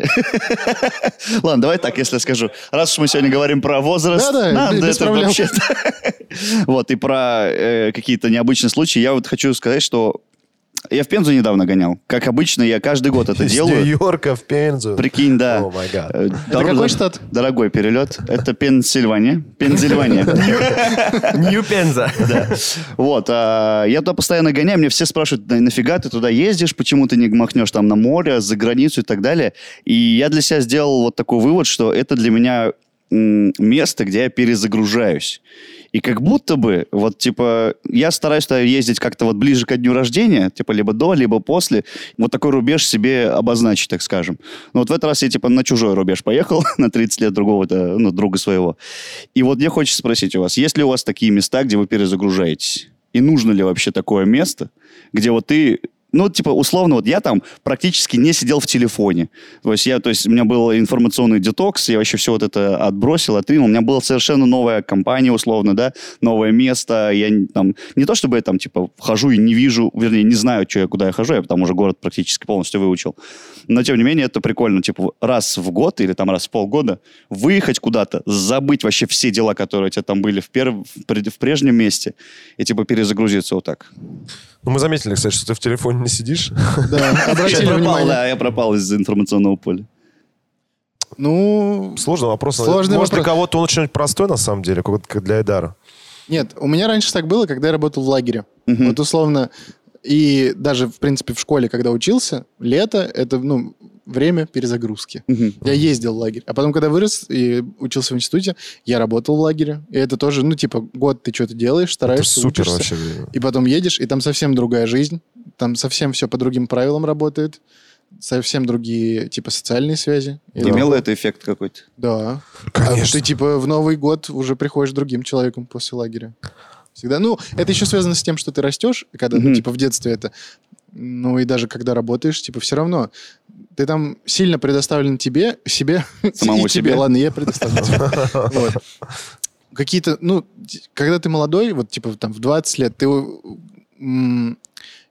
Speaker 2: Ладно, давай так, если я скажу. Раз уж мы сегодня говорим про возраст,
Speaker 4: Да-да,
Speaker 2: надо
Speaker 4: без
Speaker 2: это
Speaker 4: проблем.
Speaker 2: вообще... Вот, и про э, какие-то необычные случаи. Я вот хочу сказать, что я в Пензу недавно гонял. Как обычно, я каждый год это
Speaker 1: Из
Speaker 2: делаю.
Speaker 1: Нью-Йорка в Пензу.
Speaker 2: Прикинь, да.
Speaker 1: О, май гад.
Speaker 2: Э, дорог-
Speaker 4: какой штат?
Speaker 2: Дорогой перелет. Это Пенсильвания. Пенсильвания.
Speaker 3: Нью-Пенза.
Speaker 2: Вот, а, я туда постоянно гоняю, мне все спрашивают, «На- нафига ты туда ездишь, почему ты не махнешь там на море, за границу и так далее. И я для себя сделал вот такой вывод, что это для меня м, место, где я перезагружаюсь. И как будто бы, вот, типа, я стараюсь туда ездить как-то вот ближе ко дню рождения, типа, либо до, либо после. Вот такой рубеж себе обозначить, так скажем. Но вот в этот раз я, типа, на чужой рубеж поехал, на 30 лет другого, ну, друга своего. И вот мне хочется спросить у вас, есть ли у вас такие места, где вы перезагружаетесь? И нужно ли вообще такое место, где вот ты... Ну, типа, условно, вот я там практически не сидел в телефоне. То есть, я, то есть у меня был информационный детокс, я вообще все вот это отбросил, отринул. У меня была совершенно новая компания, условно, да, новое место. Я н- там... Не то, чтобы я там, типа, хожу и не вижу, вернее, не знаю, что я, куда я хожу, я там уже город практически полностью выучил. Но, тем не менее, это прикольно, типа, раз в год или там раз в полгода выехать куда-то, забыть вообще все дела, которые у тебя там были в, перв- в пред- в прежнем месте, и типа перезагрузиться вот так.
Speaker 1: Ну, мы заметили, кстати, что ты в телефоне не сидишь.
Speaker 4: Да,
Speaker 2: Я
Speaker 4: обратили
Speaker 2: пропал,
Speaker 4: внимание.
Speaker 2: да, я пропал из информационного поля.
Speaker 4: Ну,
Speaker 1: Сложный вопрос.
Speaker 4: Сложный
Speaker 1: Может, для
Speaker 4: вопрос.
Speaker 1: кого-то он очень простой, на самом деле, как вот как для Эдара.
Speaker 4: нет, у меня раньше так было, когда я работал в лагере.
Speaker 2: Мгм.
Speaker 4: Вот условно, и даже, в принципе, в школе, когда учился, лето — это, ну, время перезагрузки.
Speaker 2: Мгм.
Speaker 4: Я ездил в лагерь. А потом, когда вырос и учился в институте, я работал в лагере. И это тоже, ну, типа, год ты что-то делаешь,
Speaker 1: Это
Speaker 4: стараешься,
Speaker 1: супер
Speaker 4: учишься. А,
Speaker 1: вообще.
Speaker 4: И потом едешь, и там совсем другая жизнь, там совсем все по другим правилам работает, совсем другие, типа, социальные связи. И вот-
Speaker 2: Имело это эффект какой-то?
Speaker 4: Да. А
Speaker 1: Конечно.
Speaker 4: ты, типа, в Новый год уже приходишь другим человеком после лагеря. Всегда. Ну, это еще связано с тем, что ты растешь, когда, ну,
Speaker 2: Мгм.
Speaker 4: типа, в детстве это. Ну, и даже когда работаешь, типа, все равно. Ты там сильно предоставлен тебе, себе
Speaker 2: Самому
Speaker 4: и тебе.
Speaker 2: себе.
Speaker 4: Ладно, я предоставлен тебе. Вот. Какие-то, ну, т- когда ты молодой, вот, типа, там, в 20 лет, ты, м,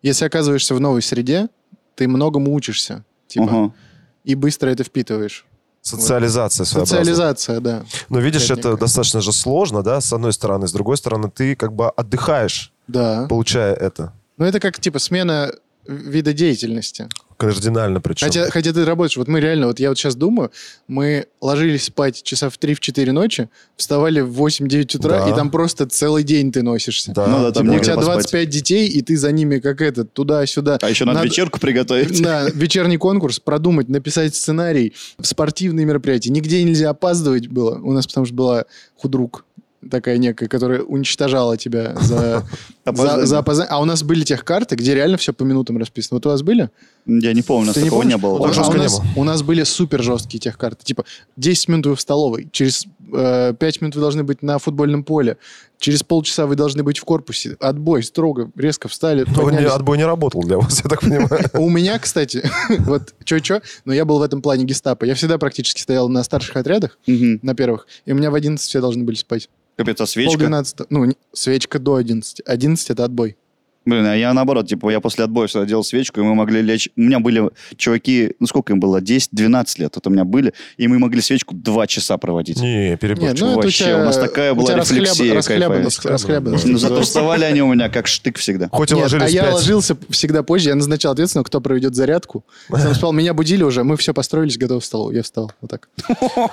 Speaker 4: если оказываешься в новой среде, ты многому учишься, типа,
Speaker 2: Ага.
Speaker 4: и быстро это впитываешь.
Speaker 1: Социализация своеобразная.
Speaker 4: Социализация, да.
Speaker 1: Но видишь,
Speaker 4: Опять
Speaker 1: это
Speaker 4: некая.
Speaker 1: достаточно же сложно, да, с одной стороны. С другой стороны, ты как бы отдыхаешь,
Speaker 4: Да.
Speaker 1: получая это.
Speaker 4: Ну, это как, типа, смена вида деятельности.
Speaker 1: Кардинально причем.
Speaker 4: Хотя, хотя ты работаешь, вот мы реально, вот я вот сейчас думаю, мы ложились спать часа в 3-4 ночи, вставали в 8-9 утра,
Speaker 1: Да.
Speaker 4: и там просто целый день ты носишься.
Speaker 1: Да,
Speaker 2: Ну да, там
Speaker 1: да,
Speaker 4: У
Speaker 2: негде
Speaker 4: тебя
Speaker 2: поспать.
Speaker 4: 25 детей, и ты за ними как это, туда-сюда.
Speaker 2: А еще надо,
Speaker 4: Надо-
Speaker 2: вечерку приготовить.
Speaker 4: Да, вечерний конкурс, продумать, написать сценарий, спортивные мероприятия. Нигде нельзя опаздывать было. У нас потому что была худрук такая некая, которая уничтожала тебя за,
Speaker 2: Опоздание.
Speaker 4: за, за опоздание. А у нас были тех карты, где реально все по минутам расписано. Вот у вас были?
Speaker 2: Я не помню, у нас
Speaker 4: Ты не
Speaker 2: такого не,
Speaker 4: помнишь?
Speaker 2: было.
Speaker 4: Вот,
Speaker 1: Так
Speaker 4: а
Speaker 1: жестко
Speaker 4: у,
Speaker 1: не
Speaker 4: нас,
Speaker 1: было.
Speaker 4: у нас были супер жесткие техкарты. Типа, 10 минут вы в столовой, через э, 5 минут вы должны быть на футбольном поле, через полчаса вы должны быть в корпусе. Отбой, строго, резко встали,
Speaker 1: Но не-
Speaker 4: поднялись.
Speaker 1: отбой не работал для вас, я так понимаю.
Speaker 4: У меня, кстати, вот чё-чё, но я был в этом плане гестапо. Я всегда практически стоял на старших отрядах,
Speaker 2: Мгм.
Speaker 4: на первых, и у меня в 11 все должны были спать.
Speaker 2: Капец, а
Speaker 4: Пол
Speaker 2: свечка?
Speaker 4: 12, ну, не- свечка до 11. 11 — это отбой.
Speaker 2: Блин, а я наоборот, типа, я после отбоя всегда делал свечку, и мы могли лечь... У меня были чуваки, ну сколько им было, 10-12 лет вот у меня были, и мы могли свечку 2 часа проводить.
Speaker 1: Не,
Speaker 4: Не,
Speaker 1: переборчик.
Speaker 4: ну это у
Speaker 2: вообще,
Speaker 4: тебя...
Speaker 2: у нас такая
Speaker 4: у
Speaker 2: была
Speaker 4: тебя
Speaker 2: рефлексия
Speaker 4: расхляб- Расхлябанность.
Speaker 1: кайфовая.
Speaker 4: расхлябанность.
Speaker 2: Но Ну, зато вставали они у меня как штык всегда.
Speaker 1: Хоть и
Speaker 4: Нет,
Speaker 1: ложились
Speaker 4: а я
Speaker 1: пять.
Speaker 4: ложился всегда позже, я назначал ответственного, кто проведет зарядку. Сам спал, меня будили уже, мы все построились, готовы к столу. Я встал, вот так.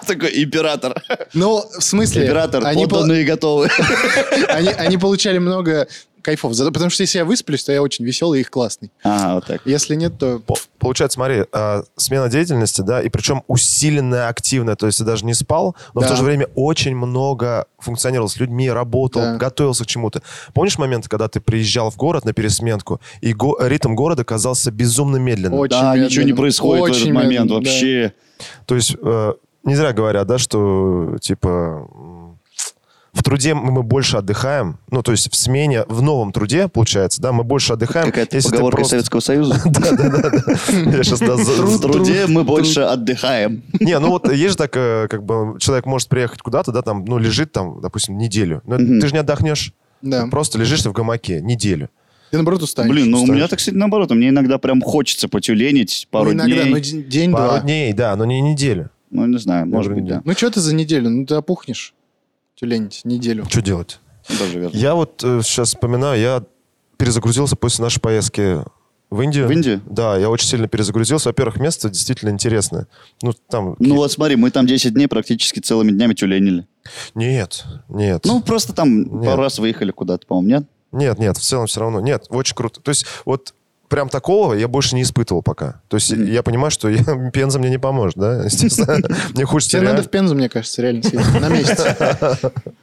Speaker 2: Такой император.
Speaker 4: Ну, в смысле...
Speaker 2: Император,
Speaker 4: они пол-
Speaker 2: подданные готовы.
Speaker 4: они, они получали много кайфов. Зато- Потому что если я высплюсь, то я очень веселый и их классный.
Speaker 2: Ага, вот так.
Speaker 4: Если нет, то...
Speaker 1: По- Получается, смотри, а, смена деятельности, да, и причем усиленная, активная, то есть ты даже не спал, но в
Speaker 4: Да.
Speaker 1: то же время очень много функционировал с людьми, работал,
Speaker 4: Да.
Speaker 1: готовился к чему-то. Помнишь момент, когда ты приезжал в город на пересменку, и го- ритм города казался безумно медленным?
Speaker 4: Очень
Speaker 2: Да,
Speaker 4: медленно.
Speaker 2: ничего не происходит в этот
Speaker 4: Очень
Speaker 2: момент
Speaker 4: медленно,
Speaker 2: вообще.
Speaker 1: То есть э, не зря говорят, да, что типа м, в труде мы больше отдыхаем, ну то есть в смене, в новом труде, получается, да, мы больше отдыхаем.
Speaker 2: Какая-то
Speaker 1: если ты
Speaker 2: поговорка из
Speaker 1: просто-
Speaker 2: Советского Союза.
Speaker 1: Я щас, да, за-
Speaker 2: В труде мы больше отдыхаем.
Speaker 1: Не, ну вот есть же так, э, как бы человек может приехать куда-то, да, там, ну, лежит там, допустим, неделю. Но
Speaker 2: Мгм.
Speaker 1: ты же не отдохнешь.
Speaker 4: Да.
Speaker 1: Ты просто лежишь ты в гамаке неделю.
Speaker 4: Ты, наоборот, устанешь.
Speaker 2: Ну, Блин, ну у
Speaker 1: встаешь.
Speaker 2: меня так, кстати, наоборот. Мне иногда прям хочется потюленить
Speaker 4: Ну,
Speaker 2: пару
Speaker 4: иногда, ну,
Speaker 2: дней.
Speaker 4: д- день-два.
Speaker 1: Пару дней, да, но не неделю.
Speaker 2: Ну, не знаю, может быть, да.
Speaker 4: Ну, что ты за неделю? Ну, ты опухнешь. Тюленить неделю.
Speaker 1: Что делать?
Speaker 2: Тоже верно.
Speaker 1: Я вот сейчас вспоминаю, я перезагрузился после нашей поездки в Индию.
Speaker 2: В Индию?
Speaker 1: Да, я очень сильно перезагрузился. Во-первых, место действительно интересное. Ну, там...
Speaker 2: Ну вот смотри, мы там 10 дней практически целыми днями тюленили.
Speaker 1: Нет, нет.
Speaker 2: Ну, просто там
Speaker 1: Нет.
Speaker 2: пару раз выехали куда-то, по-моему, нет?
Speaker 1: Нет, нет, в целом все равно. Нет, очень круто. То есть вот прям такого я больше не испытывал пока. То есть
Speaker 2: Мгм.
Speaker 1: я понимаю, что я, пенза мне не поможет, да, естественно. Мне хочется
Speaker 4: Тебе надо
Speaker 1: реально-
Speaker 4: в Пензу, мне кажется, реально съездить. На месяц.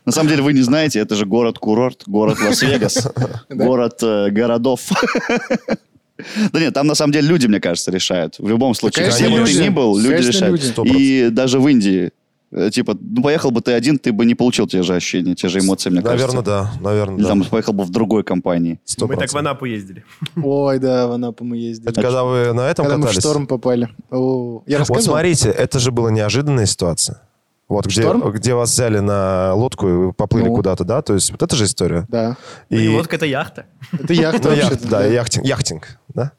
Speaker 2: На самом деле, вы не знаете, это же город-курорт, город Лас-Вегас, город э, городов. Да нет, там на самом деле люди, мне кажется, решают. В любом случае,
Speaker 1: конечно,
Speaker 2: где бы ты
Speaker 1: люди.
Speaker 2: ни был, люди
Speaker 4: Конечно,
Speaker 2: решают.
Speaker 4: люди.
Speaker 2: И даже в Индии, э, типа, ну поехал бы ты один, ты бы не получил те же ощущения, те же эмоции, мне
Speaker 1: Наверное,
Speaker 2: кажется.
Speaker 1: да, наверное,
Speaker 2: Или
Speaker 1: да.
Speaker 2: там поехал бы в другой компании.
Speaker 1: Сто
Speaker 3: Мы так в
Speaker 1: процентов.
Speaker 3: Анапу ездили.
Speaker 4: Ой, да, в Анапу мы ездили.
Speaker 1: Это когда вы на этом
Speaker 4: Когда мы в
Speaker 1: катались?
Speaker 4: шторм попали. О,
Speaker 1: Вот
Speaker 4: Я рассказывал?
Speaker 1: смотрите, это же была неожиданная ситуация. Вот где,
Speaker 4: Шторм?
Speaker 1: где вас взяли на лодку и вы поплыли
Speaker 4: Ну.
Speaker 1: куда-то, да? То есть вот это же история.
Speaker 4: Да.
Speaker 3: И
Speaker 1: И-
Speaker 3: лодка это яхта.
Speaker 4: Это яхта
Speaker 1: Ну, яхт,
Speaker 4: вообще-то.
Speaker 1: да, яхтинг, яхтинг, да.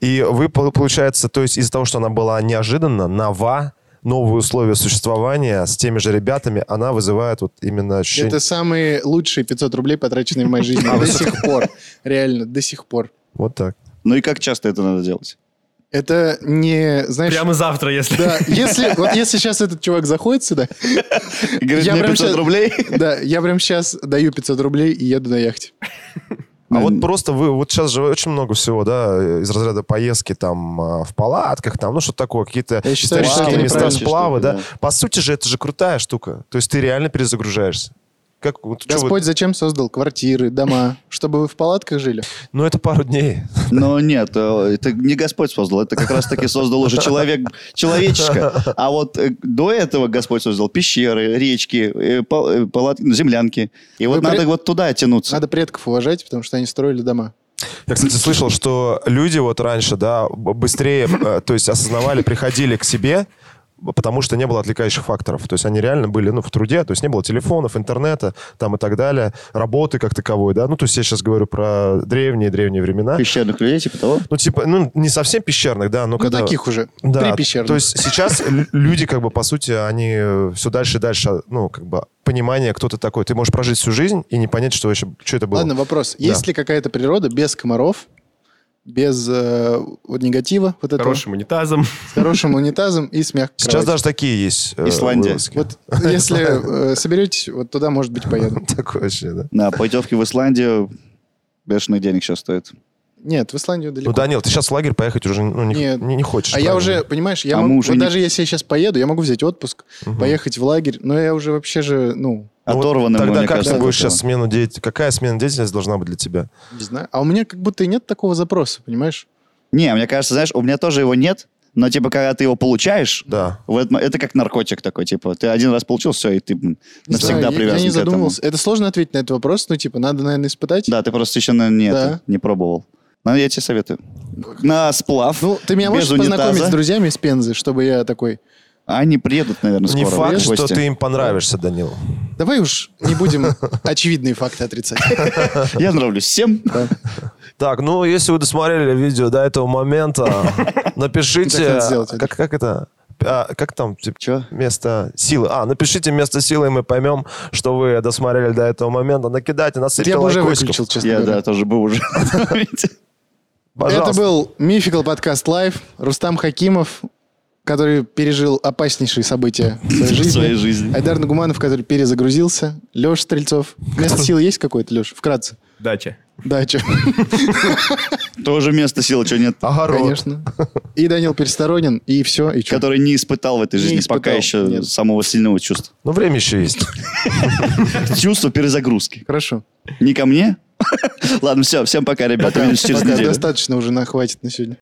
Speaker 1: И вы, пол- получается, то есть из-за того, что она была неожиданно, нова, новые условия существования с теми же ребятами, она вызывает вот именно ощущение...
Speaker 4: Это самые лучшие 500 рублей, потраченные в моей жизни.
Speaker 1: А
Speaker 4: До сих пор. Реально, до сих пор.
Speaker 1: Вот так.
Speaker 2: Ну и как часто это надо делать?
Speaker 4: Это не, знаешь...
Speaker 3: Прямо завтра, если.
Speaker 4: Да, если, вот если сейчас этот чувак заходит сюда,
Speaker 2: И Говорит,
Speaker 4: Я
Speaker 2: мне
Speaker 4: прям
Speaker 2: 500
Speaker 4: щас-
Speaker 2: рублей.
Speaker 4: да, я прям сейчас даю 500 рублей и еду на яхте.
Speaker 1: А
Speaker 2: Мгм.
Speaker 1: вот просто вы, вот сейчас же очень много всего, да, из разряда поездки там а, в палатках, там, ну что такое, какие-то
Speaker 4: Я считаю, что
Speaker 1: исторические
Speaker 4: это
Speaker 1: места,
Speaker 4: неправильно.
Speaker 1: сплавы, да.
Speaker 2: Штука,
Speaker 1: По сути же это же крутая штука. То есть ты реально перезагружаешься. Как, вот чё вы-
Speaker 4: Господь зачем создал квартиры, дома? Чтобы вы в палатках жили?
Speaker 1: Ну это пару дней.
Speaker 2: Но нет, э, это не Господь создал, это как раз-таки создал уже человек, человеческо. А вот э, до этого Господь создал пещеры, речки, э, пал- э, палатки, ну, землянки. И вот
Speaker 4: Вы
Speaker 2: надо
Speaker 4: при-
Speaker 2: вот туда тянуться.
Speaker 4: Надо предков уважать, потому что они строили дома.
Speaker 1: Я, кстати, слышал, что люди вот раньше, да, б- быстрее, э, то есть осознавали, приходили к себе, потому что не было отвлекающих факторов. То есть они реально были ну, в труде, то есть не было телефонов, интернета там и так далее, работы как таковой, да. Ну, то есть я сейчас говорю про древние-древние времена.
Speaker 2: Пещерных людей, типа того.
Speaker 1: Ну, типа, ну, не совсем пещерных, да, но
Speaker 4: Ну,
Speaker 1: когда...
Speaker 4: таких уже.
Speaker 1: Да,
Speaker 4: Три пещерных.
Speaker 1: то есть сейчас лю- люди, как бы, по сути, они все дальше и дальше, ну, как бы, понимание, кто ты такой. Ты можешь прожить всю жизнь и не понять, что вообще, что это было.
Speaker 4: Ладно, вопрос. Есть ли какая-то природа без комаров, без э, вот негатива вот этого,
Speaker 3: Хорошим унитазом.
Speaker 4: с хорошим унитазом и с мягкой
Speaker 1: Сейчас
Speaker 4: кроватью?
Speaker 1: даже такие есть. э,
Speaker 2: Исландия.
Speaker 1: вылазки.
Speaker 4: Вот если э, соберетесь, вот туда, может быть, поеду.
Speaker 1: Такое вообще, да. Ну,
Speaker 2: На путевке в Исландию бешеных денег сейчас стоит.
Speaker 4: Нет, в Исландию далеко.
Speaker 1: Ну, Данил, ты сейчас в лагерь поехать уже ну, не,
Speaker 4: Нет.
Speaker 1: не, не хочешь.
Speaker 4: А я
Speaker 1: правильно?
Speaker 4: уже, понимаешь, я
Speaker 2: А
Speaker 4: могу,
Speaker 2: мы уже
Speaker 4: вот
Speaker 2: не-
Speaker 4: даже если я сейчас поеду, я могу взять отпуск, поехать в лагерь, но я уже вообще же, ну,
Speaker 1: Ну, вот
Speaker 2: Оторванным,
Speaker 1: Тогда
Speaker 2: мне
Speaker 1: как
Speaker 2: кажется,
Speaker 1: ты
Speaker 2: от
Speaker 1: будешь
Speaker 2: этого.
Speaker 1: сейчас смену деятельности? Какая смена деятельности должна быть для тебя?
Speaker 4: не знаю. А у меня как будто и нет такого запроса, понимаешь?
Speaker 2: Не, мне кажется, знаешь, у меня тоже его нет, но типа когда ты его получаешь,
Speaker 1: Да.
Speaker 2: в этом- это как наркотик такой, типа ты один раз получил, все, и ты м,
Speaker 4: Не знаю,
Speaker 2: навсегда
Speaker 4: я-
Speaker 2: привязан
Speaker 4: Я не
Speaker 2: к этому.
Speaker 4: задумывался. Это сложно ответить на этот вопрос, ну, типа, надо, наверное, испытать.
Speaker 2: Да, ты просто еще наверное, не,
Speaker 4: Да.
Speaker 2: это, не пробовал. Но я тебе советую. На сплав.
Speaker 4: Ну, ты меня
Speaker 2: без
Speaker 4: можешь познакомить
Speaker 2: унитаза.
Speaker 4: с друзьями из Пензы, чтобы я такой...
Speaker 2: Они приедут, наверное, скоро.
Speaker 1: не факт,
Speaker 2: в
Speaker 1: что
Speaker 2: гости.
Speaker 1: ты им понравишься, Данил.
Speaker 4: Давай уж не будем очевидные факты отрицать.
Speaker 2: Я нравлюсь всем.
Speaker 1: Так, ну, если вы досмотрели видео до этого момента,
Speaker 4: Так
Speaker 1: напишите...
Speaker 4: надо сделать, Андрей.
Speaker 1: Как как это? А, Как там? типа,
Speaker 2: Чё?
Speaker 1: Место силы. А, напишите место силы, и мы поймем, что вы досмотрели до этого момента. Накидайте, насыпьте
Speaker 4: Я бы уже
Speaker 1: лайкосиков.
Speaker 4: выключил, честно
Speaker 2: Я, да,
Speaker 4: говоря.
Speaker 2: тоже был уже.
Speaker 1: Пожалуйста.
Speaker 4: Это был Мификал подкаст Лайв. Рустам Хакимов, который пережил опаснейшие события в своей
Speaker 2: В
Speaker 4: жизни.
Speaker 2: своей жизни.
Speaker 4: Айдар Нагуманов, который перезагрузился. Леша Стрельцов. Место силы есть какое-то, Леша? Вкратце.
Speaker 3: Дача.
Speaker 4: Дача,
Speaker 2: Тоже место силы, что нет.
Speaker 1: Огород.
Speaker 4: конечно. И Данил Пересторонин, и все, и чё.
Speaker 2: Который не испытал в этой
Speaker 4: Не
Speaker 2: жизни пока
Speaker 4: испытал,
Speaker 2: еще
Speaker 4: нет.
Speaker 2: самого сильного чувства.
Speaker 1: Ну, время еще есть.
Speaker 2: Чувство перезагрузки.
Speaker 4: Хорошо.
Speaker 2: Не ко мне? Ладно, все, всем пока, ребята. Увидимся через
Speaker 4: Пока
Speaker 2: неделю.
Speaker 4: достаточно уже нахватит на сегодня.